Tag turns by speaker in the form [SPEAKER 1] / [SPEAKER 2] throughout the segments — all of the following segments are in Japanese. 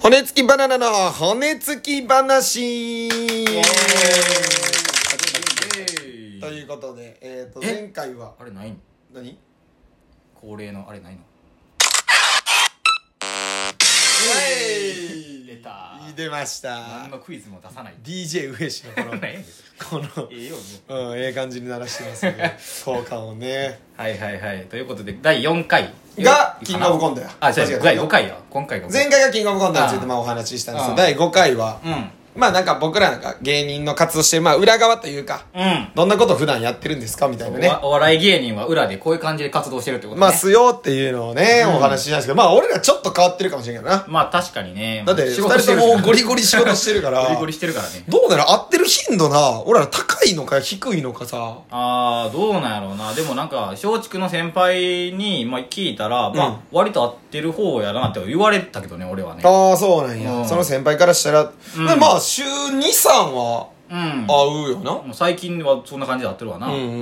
[SPEAKER 1] 骨付きバナナの骨付き話ということで、えー、と
[SPEAKER 2] え
[SPEAKER 1] 前回は
[SPEAKER 2] あれないの
[SPEAKER 1] 何
[SPEAKER 2] 恒例のあれないの出た
[SPEAKER 1] 出ました
[SPEAKER 2] 何のクイズも出さ ない
[SPEAKER 1] DJ 上氏のこ
[SPEAKER 2] 何やねん
[SPEAKER 1] のこ
[SPEAKER 2] ええよも
[SPEAKER 1] の、うん、ええ感じに鳴らしてます ので交換をね
[SPEAKER 2] うはいはいはいということで第4回
[SPEAKER 1] が
[SPEAKER 2] え
[SPEAKER 1] キングオブコントや
[SPEAKER 2] あ違う違
[SPEAKER 1] 間違え
[SPEAKER 2] う
[SPEAKER 1] た
[SPEAKER 2] 第5回や今回が五
[SPEAKER 1] 前回がキングオブコントについてまあお話ししたんですけ
[SPEAKER 2] う
[SPEAKER 1] ど
[SPEAKER 2] ん
[SPEAKER 1] 第5回は
[SPEAKER 2] うん
[SPEAKER 1] まあなんか僕らが芸人の活動してるまあ裏側というか
[SPEAKER 2] うん
[SPEAKER 1] どんなこと普段やってるんですかみたいなね
[SPEAKER 2] おわお笑い芸人は裏でこういう感じで活動してるってことね
[SPEAKER 1] まあ、すよっていうのをね、お話ししたんですけど、まあ、俺らちょっと変わってるかもしれんけどな。
[SPEAKER 2] まあ確かにね
[SPEAKER 1] だって、
[SPEAKER 2] 仕
[SPEAKER 1] 二
[SPEAKER 2] 事して
[SPEAKER 1] 人
[SPEAKER 2] る
[SPEAKER 1] ともゴリゴリ仕事してるから、
[SPEAKER 2] ゴリゴリしてるからね
[SPEAKER 1] どうなら合ってる頻度な、俺ら高いのか低いのかさ、
[SPEAKER 2] ああどうなんやろうなでもなんか松竹の先輩に、まあ、聞いたら、ま
[SPEAKER 1] うん
[SPEAKER 2] あ割と合ってる方やなって言われたけどね俺はね
[SPEAKER 1] ああ、そうなんや。
[SPEAKER 2] うん
[SPEAKER 1] その先輩からしたら、
[SPEAKER 2] うん
[SPEAKER 1] でまあ、週2、3は
[SPEAKER 2] うん
[SPEAKER 1] 合うよな。
[SPEAKER 2] もう最近はそんな感じで合ってるわな
[SPEAKER 1] うんうんうんうん
[SPEAKER 2] う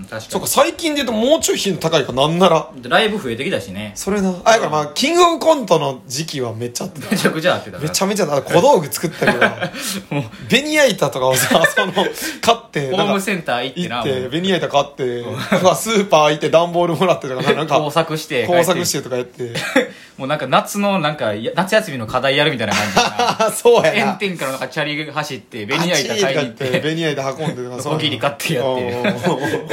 [SPEAKER 2] ん確
[SPEAKER 1] そ
[SPEAKER 2] か
[SPEAKER 1] う
[SPEAKER 2] に
[SPEAKER 1] か、最近で言うともうちょい頻度高いか、なんなら。
[SPEAKER 2] ライブ増えてきたしね
[SPEAKER 1] それな。あ、だからまあ、キングオブコントの時期はめっちゃ合ってた。
[SPEAKER 2] めちゃくちゃ合ってたな
[SPEAKER 1] めちゃめちゃ、だから小道具作ったけど、 ベニヤ板とかをさ、その、買って、
[SPEAKER 2] ホ
[SPEAKER 1] なん
[SPEAKER 2] ー
[SPEAKER 1] か
[SPEAKER 2] ムセンター行ってな
[SPEAKER 1] 行っ
[SPEAKER 2] も
[SPEAKER 1] て
[SPEAKER 2] う
[SPEAKER 1] ベニヤ板買ってまあスーパー行って段ボールもらってとかなんか
[SPEAKER 2] 工作して
[SPEAKER 1] 工作しててとかやって
[SPEAKER 2] もうなんか夏のなんかや夏休みの課題やるみたいな感じでな
[SPEAKER 1] ああそうや
[SPEAKER 2] 炎
[SPEAKER 1] な
[SPEAKER 2] 天下のなんかチャリ走ってベニヤ板買いに行っ
[SPEAKER 1] あっち行って
[SPEAKER 2] て
[SPEAKER 1] ベニヤ板運んでとか
[SPEAKER 2] ノコギリ買ってやって
[SPEAKER 1] おーおーおー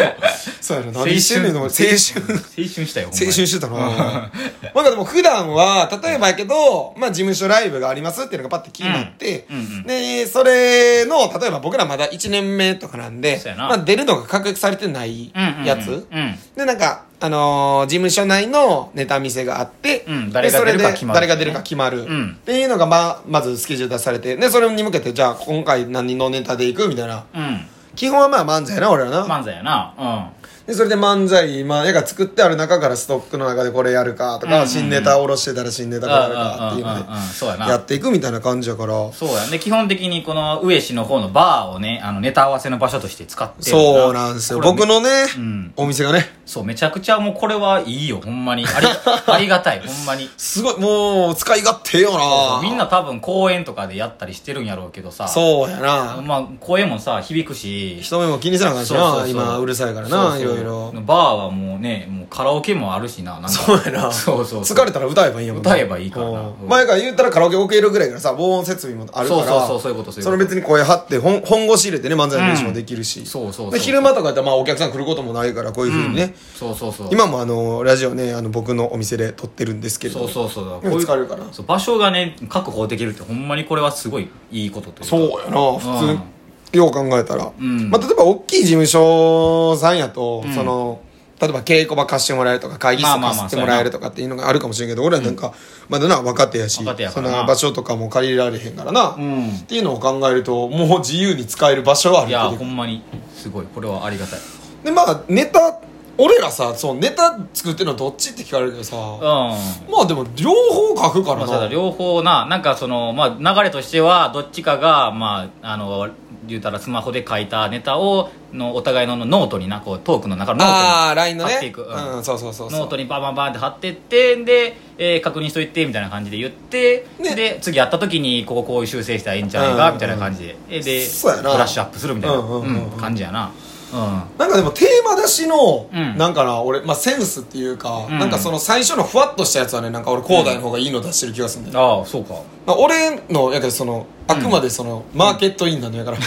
[SPEAKER 1] そう やな何してんねんの青
[SPEAKER 2] 青
[SPEAKER 1] 春
[SPEAKER 2] 春したよほんまに
[SPEAKER 1] 青春し てたななんかでも普段は例えばやけどまあ事務所ライブがありますっていうのがパッて気になって
[SPEAKER 2] うんうんうん
[SPEAKER 1] でそれの例えば僕らまだ1年目とかなんで
[SPEAKER 2] そうやな
[SPEAKER 1] まあ出るのが確約されてないやつ
[SPEAKER 2] うんうんうんうん
[SPEAKER 1] で、なんか、あのー事務所内のネタ見せがあって、
[SPEAKER 2] うん
[SPEAKER 1] で
[SPEAKER 2] 誰が
[SPEAKER 1] それで
[SPEAKER 2] 出るか決まる
[SPEAKER 1] 誰が出るか決まる。
[SPEAKER 2] ん
[SPEAKER 1] っていうのが、まあ、まずスケジュール出されて、で、それに向けて、じゃあ、今回何のネタでいくみたいな。
[SPEAKER 2] うん
[SPEAKER 1] 基本はまあ、漫才やな、俺らな。
[SPEAKER 2] 漫才やな
[SPEAKER 1] で、それで漫才、まあ、絵が作ってある中からストックの中でこれやるかとか、
[SPEAKER 2] うんうん
[SPEAKER 1] 新ネタ下ろしてたら新ネ
[SPEAKER 2] う
[SPEAKER 1] タ
[SPEAKER 2] ん
[SPEAKER 1] これやるかっていう
[SPEAKER 2] うんうんうんうんそうや
[SPEAKER 1] の
[SPEAKER 2] な
[SPEAKER 1] で、やっていくみたいな感じやから。
[SPEAKER 2] そうやね基本的にこの上氏の方のバーをねあのネタ合わせの場所として使ってる
[SPEAKER 1] そうなんですよ。
[SPEAKER 2] これは
[SPEAKER 1] 僕のね、
[SPEAKER 2] うん
[SPEAKER 1] お店がね、
[SPEAKER 2] そうめちゃくちゃもうこれはいいよほんまに ありありがたいほんまに
[SPEAKER 1] すごい、もう、使い勝手ええよな。
[SPEAKER 2] みんな多分公演とかでやったりしてるんやろうけどさ
[SPEAKER 1] そうやな。
[SPEAKER 2] まあ声もさ響くし
[SPEAKER 1] 人目も気にせなあかんしな
[SPEAKER 2] そうそうそう
[SPEAKER 1] 今うるさいからな
[SPEAKER 2] そうそう
[SPEAKER 1] いろいろ
[SPEAKER 2] バーはもうねもうカラオケもあるしななんか
[SPEAKER 1] そうやな
[SPEAKER 2] そうそうそう
[SPEAKER 1] 疲れたら歌えばいいんやもんな
[SPEAKER 2] 歌えばいいからな
[SPEAKER 1] うん
[SPEAKER 2] うん
[SPEAKER 1] 前から言ったらカラオケ OK るぐらいからさ防音設備もあるから
[SPEAKER 2] そうそうそうそういうことそういうこと
[SPEAKER 1] れ別に声張って本本腰入れてね漫才の練習もできるし、
[SPEAKER 2] そうそうそう
[SPEAKER 1] で昼間とかやったらまあお客さん来ることもないからこういうふうにね、
[SPEAKER 2] そうそうそう
[SPEAKER 1] 今もあのラジオねあの僕のお店で撮ってるんですけれど
[SPEAKER 2] そう
[SPEAKER 1] も
[SPEAKER 2] そうそう
[SPEAKER 1] でも疲れるから
[SPEAKER 2] そう場所がね確保できるってほんまにこれはすごいいいことというか
[SPEAKER 1] そうやな普通、
[SPEAKER 2] うん
[SPEAKER 1] よう考えたら、
[SPEAKER 2] ん
[SPEAKER 1] まあ、例えば大きい事務所さんやと、その例えば稽古場貸してもらえるとか会議
[SPEAKER 2] まあ
[SPEAKER 1] 室
[SPEAKER 2] まあ
[SPEAKER 1] 貸
[SPEAKER 2] まあ
[SPEAKER 1] してもらえるとかっていうのがあるかもしれんけど、俺らなんか、まだな若手やし
[SPEAKER 2] 若手や
[SPEAKER 1] そ
[SPEAKER 2] か
[SPEAKER 1] ん
[SPEAKER 2] らな
[SPEAKER 1] な場所とかも借りられへんからな、
[SPEAKER 2] ん
[SPEAKER 1] っていうのを考えるともう自由に使える場所はあ
[SPEAKER 2] いや
[SPEAKER 1] る
[SPEAKER 2] ほんまにすごいこれはありがたい
[SPEAKER 1] でまあネタ俺らさそうネタ作ってるのはどっちって聞かれるけどさ、
[SPEAKER 2] うん
[SPEAKER 1] まあでも両方書くか
[SPEAKER 2] ま
[SPEAKER 1] ら
[SPEAKER 2] あ、ただ
[SPEAKER 1] な
[SPEAKER 2] 両方ななんかその、まあ、流れとしてはどっちかが、まあ、あの言うたらスマホで書いたネタをのお互いのノートになこうトークの中のノートに
[SPEAKER 1] ああ LINE の
[SPEAKER 2] 貼っ
[SPEAKER 1] ね
[SPEAKER 2] ていく、うん
[SPEAKER 1] うん、そうそうそうそう
[SPEAKER 2] ノートにバンバンバンって貼ってってで、えー確認しといてみたいな感じで言って、
[SPEAKER 1] ね
[SPEAKER 2] で次やった時にこここういう修正したらいいんじゃないか、
[SPEAKER 1] うん
[SPEAKER 2] みたいな感じでえで
[SPEAKER 1] そうやな
[SPEAKER 2] ブラッシュアップするみたいな、
[SPEAKER 1] うんうんうんうん
[SPEAKER 2] うん感じやなう
[SPEAKER 1] なんかでもテーマ出しの、
[SPEAKER 2] うん
[SPEAKER 1] なんかな俺、まあ、センスっていうか、
[SPEAKER 2] うん
[SPEAKER 1] なんかその最初のふわっとしたやつはねなんか俺広大の方がいいの出してる気がするんだ
[SPEAKER 2] ん
[SPEAKER 1] よ、
[SPEAKER 2] ああそうか
[SPEAKER 1] まあ俺のやけどそのあくまでその、マーケットインなのやから、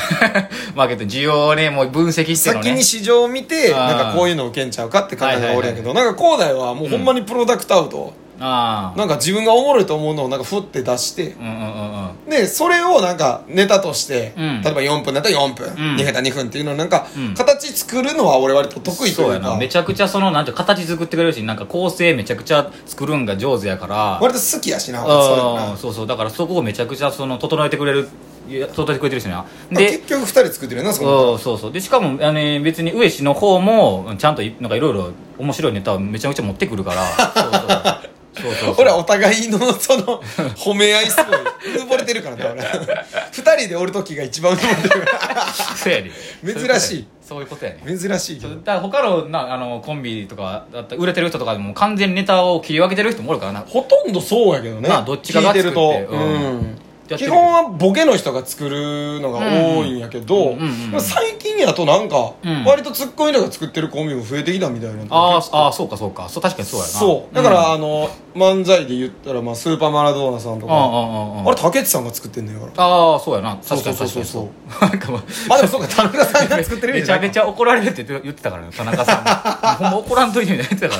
[SPEAKER 2] マーケット需要をねもう分析してのね
[SPEAKER 1] 先に市場を見て
[SPEAKER 2] あー
[SPEAKER 1] なんかこういうの受けんちゃうかって考えが俺やけど、なんか広大はもうほんまにプロダクトアウト、
[SPEAKER 2] ああ
[SPEAKER 1] なんか自分がおもろいと思うのをなんかふって出して、
[SPEAKER 2] うんうんうんうん
[SPEAKER 1] でそれをなんかネタとして、
[SPEAKER 2] うん
[SPEAKER 1] 例えば4分だったら4分、
[SPEAKER 2] ん
[SPEAKER 1] 2分だったら2分っていうのをなんか、
[SPEAKER 2] うん
[SPEAKER 1] 形作るのは俺割と得意と
[SPEAKER 2] そう
[SPEAKER 1] い
[SPEAKER 2] や
[SPEAKER 1] う
[SPEAKER 2] な
[SPEAKER 1] か
[SPEAKER 2] めちゃくちゃそのなんて形作ってくれるしなんか構成めちゃくちゃ作るんが上手やから
[SPEAKER 1] 割と好きやしな俺そういうのな
[SPEAKER 2] あーそうそうだからそこをめちゃくちゃその整えてくれるいや整えてくれてるしなで
[SPEAKER 1] 結局2人作ってるよなその
[SPEAKER 2] そうそうそうでしかもあのね別に上氏の方もちゃんといなんかいろいろ面白いネタをめちゃくちゃ持ってくるから そうそうそうそうそう
[SPEAKER 1] 俺はお互いの その褒め合いすごいうぬぼれてるからな俺2人でおる時が一番うぬぼれてるから
[SPEAKER 2] そうやで
[SPEAKER 1] 珍しい
[SPEAKER 2] そういうことやね
[SPEAKER 1] 珍しいけ
[SPEAKER 2] そう
[SPEAKER 1] ど
[SPEAKER 2] だから他のなあのコンビとかだったら売れてる人とかでも完全にネタを切り分けてる人もおるからな
[SPEAKER 1] ほとんどそうやけどね
[SPEAKER 2] まあどっちかが
[SPEAKER 1] 聞いてると、
[SPEAKER 2] 作ってうん
[SPEAKER 1] うん
[SPEAKER 2] やって
[SPEAKER 1] 基
[SPEAKER 2] る
[SPEAKER 1] 本はボケの人が作るのが多いんやけど、
[SPEAKER 2] うんうんうんうんうん
[SPEAKER 1] まあ最近やとなんか
[SPEAKER 2] うん
[SPEAKER 1] 割とツッコミのが作ってるコンビも増えてきたみたいな
[SPEAKER 2] あーあーそうかそうかそう確かにそうやな
[SPEAKER 1] そうだから、あの漫才で言ったら、まあ、スーパーマラドーナさん
[SPEAKER 2] うんう
[SPEAKER 1] と
[SPEAKER 2] ん
[SPEAKER 1] かあ
[SPEAKER 2] うんうん
[SPEAKER 1] れ竹内さんが作ってんねんから
[SPEAKER 2] ああそうやな確かに
[SPEAKER 1] そう
[SPEAKER 2] 確か
[SPEAKER 1] そう
[SPEAKER 2] に
[SPEAKER 1] そう
[SPEAKER 2] そうなんかもう
[SPEAKER 1] あでもそうか田中さんが作ってる
[SPEAKER 2] めちゃめち
[SPEAKER 1] ゃ
[SPEAKER 2] ゃ怒られるって言ってたからね田中さんも ほんま怒らんといてみたいな言って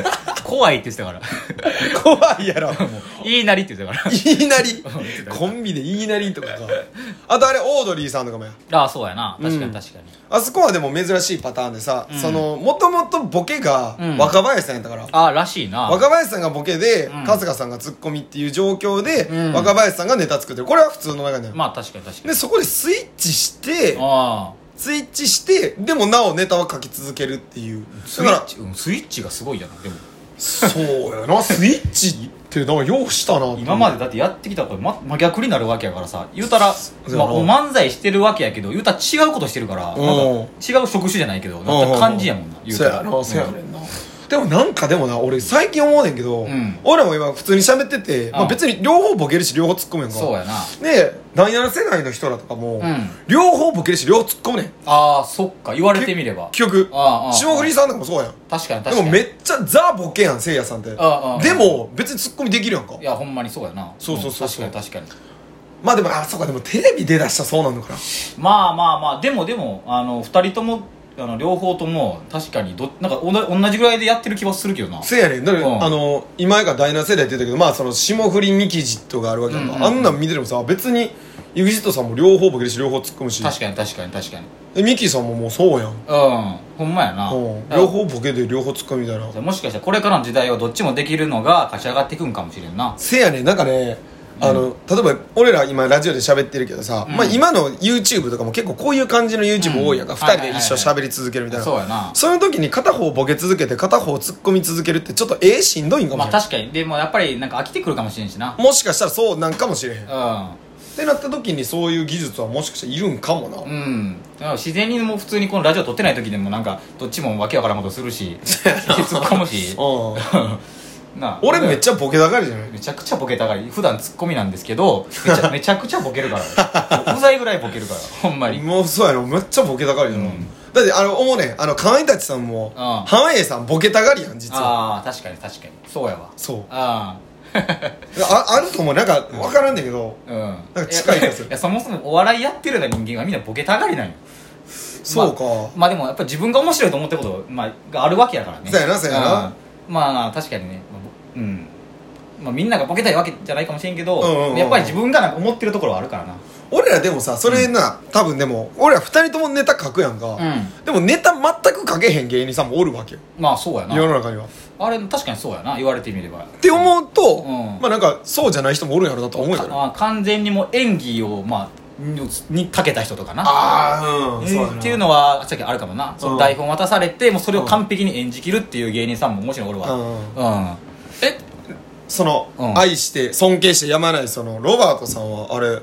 [SPEAKER 2] た からね怖いって言ってたから
[SPEAKER 1] 怖いやろもう
[SPEAKER 2] 言いなりって言ってたか
[SPEAKER 1] 言いなりコンビで言いなりとかかあとあれオードリーさんとかもや
[SPEAKER 2] らああそうやな確か
[SPEAKER 1] うん
[SPEAKER 2] に確かに、
[SPEAKER 1] あそこはでも珍しいパターンでさ、
[SPEAKER 2] うん
[SPEAKER 1] そのもともとボケが
[SPEAKER 2] うん
[SPEAKER 1] 若林さんやったから、
[SPEAKER 2] ああらしいな
[SPEAKER 1] 若林さんがボケで、
[SPEAKER 2] うん
[SPEAKER 1] 春日さんがツッコミっていう状況で、
[SPEAKER 2] うん
[SPEAKER 1] 若林さんがネタ作ってるこれは普通の流れだよ、
[SPEAKER 2] まあ確かに確かに
[SPEAKER 1] でそこでスイッチして
[SPEAKER 2] あ
[SPEAKER 1] スイッチしてでもなおネタは書き続けるっていう
[SPEAKER 2] あス
[SPEAKER 1] だ
[SPEAKER 2] イ
[SPEAKER 1] か
[SPEAKER 2] ッ
[SPEAKER 1] ら
[SPEAKER 2] チ、うん、スイッチがすごいやなでも
[SPEAKER 1] そうやなスイッチってなんかようしたな
[SPEAKER 2] 今までだってやってきたこと、ま、真逆になるわけやからさ言うたら、
[SPEAKER 1] う
[SPEAKER 2] まあ、こう漫才してるわけやけど言うたら違うことしてるからなんか
[SPEAKER 1] うん
[SPEAKER 2] 違う職種じゃないけどなんか感じやもんな言う
[SPEAKER 1] そ
[SPEAKER 2] た
[SPEAKER 1] う
[SPEAKER 2] ら
[SPEAKER 1] やろそうやねんなでもなんかでもな俺最近思うねんけど、
[SPEAKER 2] うん
[SPEAKER 1] 俺も今普通に喋ってて、まあ、
[SPEAKER 2] うん
[SPEAKER 1] 別に両方ボケるし両方突っ込むやんか
[SPEAKER 2] そうやな
[SPEAKER 1] でなんやら世代の人らとかも、
[SPEAKER 2] ん
[SPEAKER 1] 両方ボケるし両方突っ込むねん
[SPEAKER 2] ああそっか言われてみれば
[SPEAKER 1] 結局
[SPEAKER 2] ああああ
[SPEAKER 1] 霜降りさんとかもそうやん
[SPEAKER 2] 確かに確か
[SPEAKER 1] で
[SPEAKER 2] に
[SPEAKER 1] もめっちゃザボケやんせいやさんって
[SPEAKER 2] ああ
[SPEAKER 1] でも別にツッコミできるやんか
[SPEAKER 2] いやほんまにそうやな
[SPEAKER 1] そうそうそうそうん
[SPEAKER 2] 確かに確か
[SPEAKER 1] まあでもあそうかでもテレビ出だしたらそうなのかな
[SPEAKER 2] にまあまあまあでもでもあの2人ともあの両方とも確かにどなんかおな同じぐらいでやってる気はするけどな
[SPEAKER 1] せやねんだから、
[SPEAKER 2] うん
[SPEAKER 1] あの今やから第7世代って言ったけどまあその霜降りミキジットがあるわけやんか、
[SPEAKER 2] うんうんうん
[SPEAKER 1] あんなん見ててもさ別に EXIT さんも両方ボケるし両方突っ込むし
[SPEAKER 2] 確かに確かに確かに
[SPEAKER 1] でミキさんももうそうやん、
[SPEAKER 2] うんほんまやな
[SPEAKER 1] うん、
[SPEAKER 2] だから
[SPEAKER 1] 両方ボケで両方突っ込みみたいな
[SPEAKER 2] もしかしたらこれからの時代はどっちもできるのが勝ち上がっていくんかもしれんな
[SPEAKER 1] せやねんなんかねあの、例えば俺ら今ラジオで喋ってるけどさ、
[SPEAKER 2] うん
[SPEAKER 1] まあ、今の YouTube とかも結構こういう感じの YouTube 多いやんか、
[SPEAKER 2] うん
[SPEAKER 1] 2人で一緒喋り続けるみたいな、
[SPEAKER 2] そうやな
[SPEAKER 1] その時に片方ボケ続けて片方突っ込み続けるってちょっとええしんどいんかも
[SPEAKER 2] ま
[SPEAKER 1] し
[SPEAKER 2] あ
[SPEAKER 1] れない、
[SPEAKER 2] 確かにでもやっぱりなんか飽きてくるかもしれんしな
[SPEAKER 1] もしかしたらそうなんかもしれへん、っ
[SPEAKER 2] う
[SPEAKER 1] てなった時にそういう技術はもしかしたらいるんかもな、
[SPEAKER 2] んうんだから自然にもう普通にこのラジオ撮ってない時でもなんかどっちもわけわからんことするし突っ込むし
[SPEAKER 1] うん、
[SPEAKER 2] な
[SPEAKER 1] 俺めっ
[SPEAKER 2] ちゃ
[SPEAKER 1] ちゃボケだかりじゃない
[SPEAKER 2] めちゃくちゃボケたがり普段ツッコミなんですけどめちゃめちゃくちゃボケるからうざいぐらいボケる からほんまに
[SPEAKER 1] もうそうやろめっちゃボケたがりやな、
[SPEAKER 2] うん
[SPEAKER 1] だってあの思うねんあのかまいたちさんも
[SPEAKER 2] ん
[SPEAKER 1] 濱家さんボケたがりやん実は
[SPEAKER 2] ああ確かに確かにそうやわ
[SPEAKER 1] そう
[SPEAKER 2] あ
[SPEAKER 1] ああると思うなんか分からんねんけど、
[SPEAKER 2] あうん
[SPEAKER 1] なんか近い気がする
[SPEAKER 2] ややそもそもお笑いやってるような人間がみんなボケたがりなんよ
[SPEAKER 1] そうか、
[SPEAKER 2] まあでもやっぱ自分が面白いと思ってること、まあ、があるわけやからね
[SPEAKER 1] そうやなそうやな
[SPEAKER 2] うんまあ確かにね、まあぼうんまあ、みんながボケたいわけじゃないかもしれんけど、
[SPEAKER 1] うんうんうん
[SPEAKER 2] やっぱり自分がなんか思ってるところはあるからな
[SPEAKER 1] 俺らでもさそれな、多分でも俺ら二人ともネタ書くやんか、
[SPEAKER 2] うん
[SPEAKER 1] でもネタ全く書けへん芸人さんもおるわけよ
[SPEAKER 2] まあそうやな
[SPEAKER 1] 世の中にはっ
[SPEAKER 2] あれ確かにそうやな言われてみれば
[SPEAKER 1] て思うと、
[SPEAKER 2] うん
[SPEAKER 1] まあなんかそうじゃない人もおるんやろなとは思うじゃない
[SPEAKER 2] まあ、完全にもう演技をまあににかけた人とかな
[SPEAKER 1] ああうん、そうやな
[SPEAKER 2] っていうのはさっきあるかもな、その台本渡されてもうそれを完璧に演じきるっていう芸人さんももちろんおるわ
[SPEAKER 1] うんうん
[SPEAKER 2] うんえ
[SPEAKER 1] その、
[SPEAKER 2] うん
[SPEAKER 1] 愛して尊敬してやまないそのロバートさんは あれ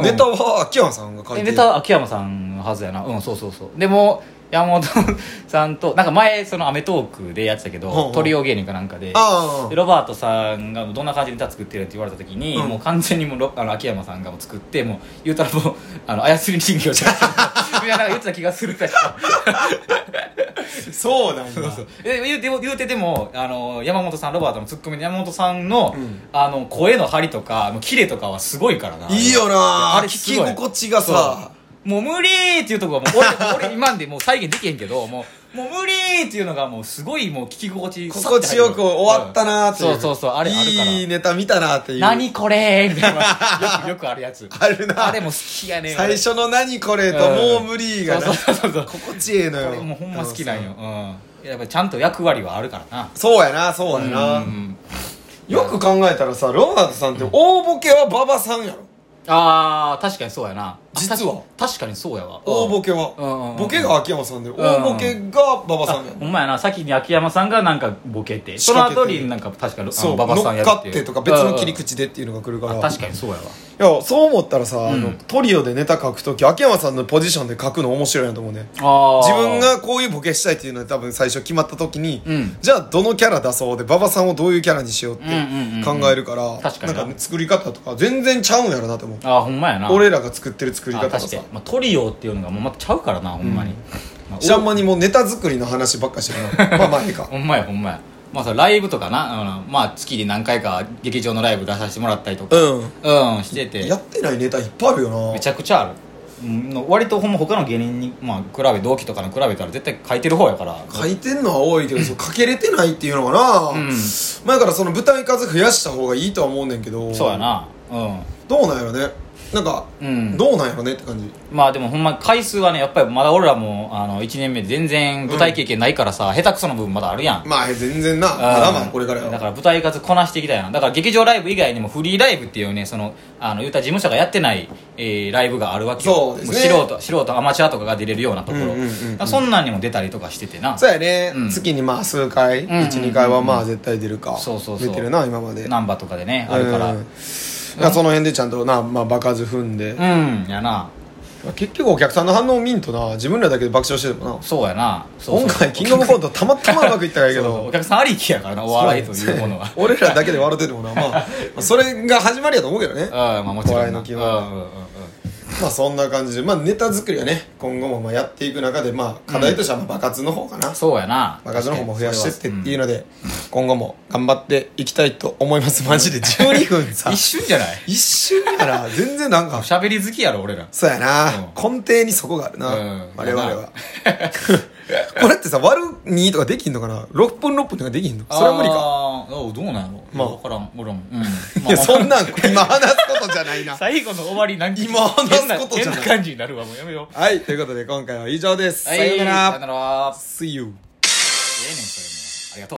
[SPEAKER 1] ネタは秋山さんが書いて
[SPEAKER 2] え
[SPEAKER 1] る
[SPEAKER 2] ネタは秋山さんのはずやなうんそうそうそうでも山本さんとなんか前その『アメトーーク』でやってたけ
[SPEAKER 1] ほうほ
[SPEAKER 2] ど
[SPEAKER 1] う
[SPEAKER 2] トリオ芸人かなんかで
[SPEAKER 1] あ
[SPEAKER 2] で
[SPEAKER 1] あ
[SPEAKER 2] ロバートさんがどんな感じで歌作ってるって言われた時に、
[SPEAKER 1] うん
[SPEAKER 2] もう完全にもうロあの秋山さんがもう作ってもう言うたらもう あの操り人形じゃなくていやなん か言ってた気がする確か
[SPEAKER 1] そうなんだ
[SPEAKER 2] そうそうえ言うても言うてでもあの山本さんロバートのツッコミの山本さんの,、
[SPEAKER 1] うん
[SPEAKER 2] あの声の張りとかあのキレとかはすごいからない
[SPEAKER 1] いよな
[SPEAKER 2] あれす
[SPEAKER 1] 聞き
[SPEAKER 2] ごい
[SPEAKER 1] 心地が
[SPEAKER 2] そ
[SPEAKER 1] さ
[SPEAKER 2] うもう無理ーっていうとこがもう俺俺今んでもう再現できへんけどもうもう無理ーっていうのがもうすごいもう聞き心地
[SPEAKER 1] 心地よく終わったなーっていう、
[SPEAKER 2] そうそうそうあれあるから
[SPEAKER 1] いいネタ見たなーっていう
[SPEAKER 2] 何これーみたいなよくよくあるやつ
[SPEAKER 1] あるな
[SPEAKER 2] あれも好きやねん
[SPEAKER 1] 最初の「何これ」と
[SPEAKER 2] うん
[SPEAKER 1] 「もう無理」がな
[SPEAKER 2] そうそうそうそう
[SPEAKER 1] 心地ええの
[SPEAKER 2] 俺
[SPEAKER 1] よ
[SPEAKER 2] これもうほんま好きなんよ、うん、やっぱりちゃんと役割はあるからな
[SPEAKER 1] そうやなそうや
[SPEAKER 2] う
[SPEAKER 1] なんよく考えたらさロバートさんって大ボケは馬場さんやろ
[SPEAKER 2] あー確かにそうやな
[SPEAKER 1] 実は
[SPEAKER 2] た確かにそうやわ
[SPEAKER 1] 大ボケは、
[SPEAKER 2] うんうんうん
[SPEAKER 1] ボケが秋山さんで、大ボケが馬場さんや
[SPEAKER 2] ほんまやな先に秋山さんがなんかボケて
[SPEAKER 1] 仕
[SPEAKER 2] その
[SPEAKER 1] 掛けて
[SPEAKER 2] 後になんか確かにあ
[SPEAKER 1] そ
[SPEAKER 2] の
[SPEAKER 1] う
[SPEAKER 2] 馬場さん
[SPEAKER 1] 乗
[SPEAKER 2] やる
[SPEAKER 1] っか
[SPEAKER 2] って
[SPEAKER 1] っ
[SPEAKER 2] いう
[SPEAKER 1] てとか別の切り
[SPEAKER 2] うん
[SPEAKER 1] 口でっていうのが来るか
[SPEAKER 2] うん
[SPEAKER 1] ら
[SPEAKER 2] あ確かにそうやわ
[SPEAKER 1] いやそう思ったらさ、あの
[SPEAKER 2] うん
[SPEAKER 1] トリオでネタ書くとき秋山さんのポジションで書くの面白いなと思うね
[SPEAKER 2] あ
[SPEAKER 1] 自分がこういうボケしたいっていうので多分最初決まった時に、
[SPEAKER 2] うん
[SPEAKER 1] じゃあどのキャラ出そうで馬場さんをどういうキャラにしようって
[SPEAKER 2] うんうんうん
[SPEAKER 1] 考えるから、
[SPEAKER 2] 確かにな
[SPEAKER 1] なんか、ね、作り方とか全然ちゃうんやろなと思う
[SPEAKER 2] あーほんまやな
[SPEAKER 1] 俺らが作ってる作り
[SPEAKER 2] あ
[SPEAKER 1] 方
[SPEAKER 2] ー
[SPEAKER 1] が
[SPEAKER 2] 確か
[SPEAKER 1] さ
[SPEAKER 2] に、まあ、トリオっていうのがもうまたちゃうからなほんまに、まあ
[SPEAKER 1] 知らん間にもうネタ作りの話ばっかしてるなまあまあええか
[SPEAKER 2] ほんまやほんまやまあさライブとかな、うんまあ、月に何回か劇場のライブ出させてもらったりとか
[SPEAKER 1] うん
[SPEAKER 2] うん、してて
[SPEAKER 1] やってないネタいっぱいあるよな
[SPEAKER 2] めちゃくちゃあるうんの割とほんま他の芸人に、まあ、比べ同期とかに比べたら絶対書いてる方やから
[SPEAKER 1] 書いてんのは多いけどそうかけれてないっていうのかな、
[SPEAKER 2] うん
[SPEAKER 1] 前からその舞台数増やした方がいいとは思うねんけど
[SPEAKER 2] そうやなうん
[SPEAKER 1] どうなんやろねなんか、
[SPEAKER 2] うん
[SPEAKER 1] どうなんやろねって感じ
[SPEAKER 2] まあでもほんま回数はねやっぱりまだ俺らもあの1年目で全然舞台経験ないからさ、下手くそな部分まだあるやん
[SPEAKER 1] まあ全然なまだまだこれから
[SPEAKER 2] だ
[SPEAKER 1] よ
[SPEAKER 2] から舞台数こなしていきたいなだから劇場ライブ以外にもフリーライブっていうねそのあの言うたら事務所がやってない、えーライブがあるわけよ
[SPEAKER 1] そうですね
[SPEAKER 2] も素人素人アマチュアとかが出れるようなところ、
[SPEAKER 1] うんうんうんうん
[SPEAKER 2] だからそんなんにも出たりとかしててな
[SPEAKER 1] そうやね、
[SPEAKER 2] うん
[SPEAKER 1] 月にまあ数回、
[SPEAKER 2] んうんうん
[SPEAKER 1] 12回はまあ絶対出るか
[SPEAKER 2] そうそうそう
[SPEAKER 1] 出てるな今まで
[SPEAKER 2] ナンバーとかでねあるから
[SPEAKER 1] うんだからその辺でちゃんとな、まあ、場数踏んで、
[SPEAKER 2] うん、やな
[SPEAKER 1] 結局お客さんの反応を見んとな自分らだけで爆笑しててもな
[SPEAKER 2] そうやなそうそう
[SPEAKER 1] 今回キングオブコントたまたまうまくいったからいいけ
[SPEAKER 2] そう
[SPEAKER 1] ど
[SPEAKER 2] そうお客さんありきやからなお笑いというも のは
[SPEAKER 1] そう俺らだけで笑っててもな、まあ、まあそれが始まりやと思うけど ね
[SPEAKER 2] うんまあもちろんな
[SPEAKER 1] お笑いの基本は
[SPEAKER 2] うんうんうんうん
[SPEAKER 1] まあそんな感じで、まあ、ネタ作りはね今後もまあやっていく中で、まあ、課題としてはまあ爆発の方かな、
[SPEAKER 2] そうやな
[SPEAKER 1] 爆発の方も増やしてってっていう
[SPEAKER 2] の
[SPEAKER 1] ので、今後も頑張っていきたいと思いますマジで12分さ
[SPEAKER 2] 一瞬じゃない
[SPEAKER 1] 一瞬やら全然なんか
[SPEAKER 2] 喋り好きやろ俺ら
[SPEAKER 1] そうやな、根底にそこがあるな、
[SPEAKER 2] うん
[SPEAKER 1] 我々
[SPEAKER 2] や
[SPEAKER 1] は これってさ割る2とかできんのかな6分6分とかできんのそれは無理か
[SPEAKER 2] あーおどうなんやろ
[SPEAKER 1] まあ
[SPEAKER 2] 分からん俺も うん
[SPEAKER 1] いやそんなん今話すことじゃないな
[SPEAKER 2] 最後の終わり何
[SPEAKER 1] 今話すことじゃない
[SPEAKER 2] 変な感じになるわもうやめよ
[SPEAKER 1] はい、ということで今回は以上です。
[SPEAKER 2] うはい
[SPEAKER 1] さような
[SPEAKER 2] さよ
[SPEAKER 1] ら。
[SPEAKER 2] なら
[SPEAKER 1] See you.
[SPEAKER 2] ええねんそれも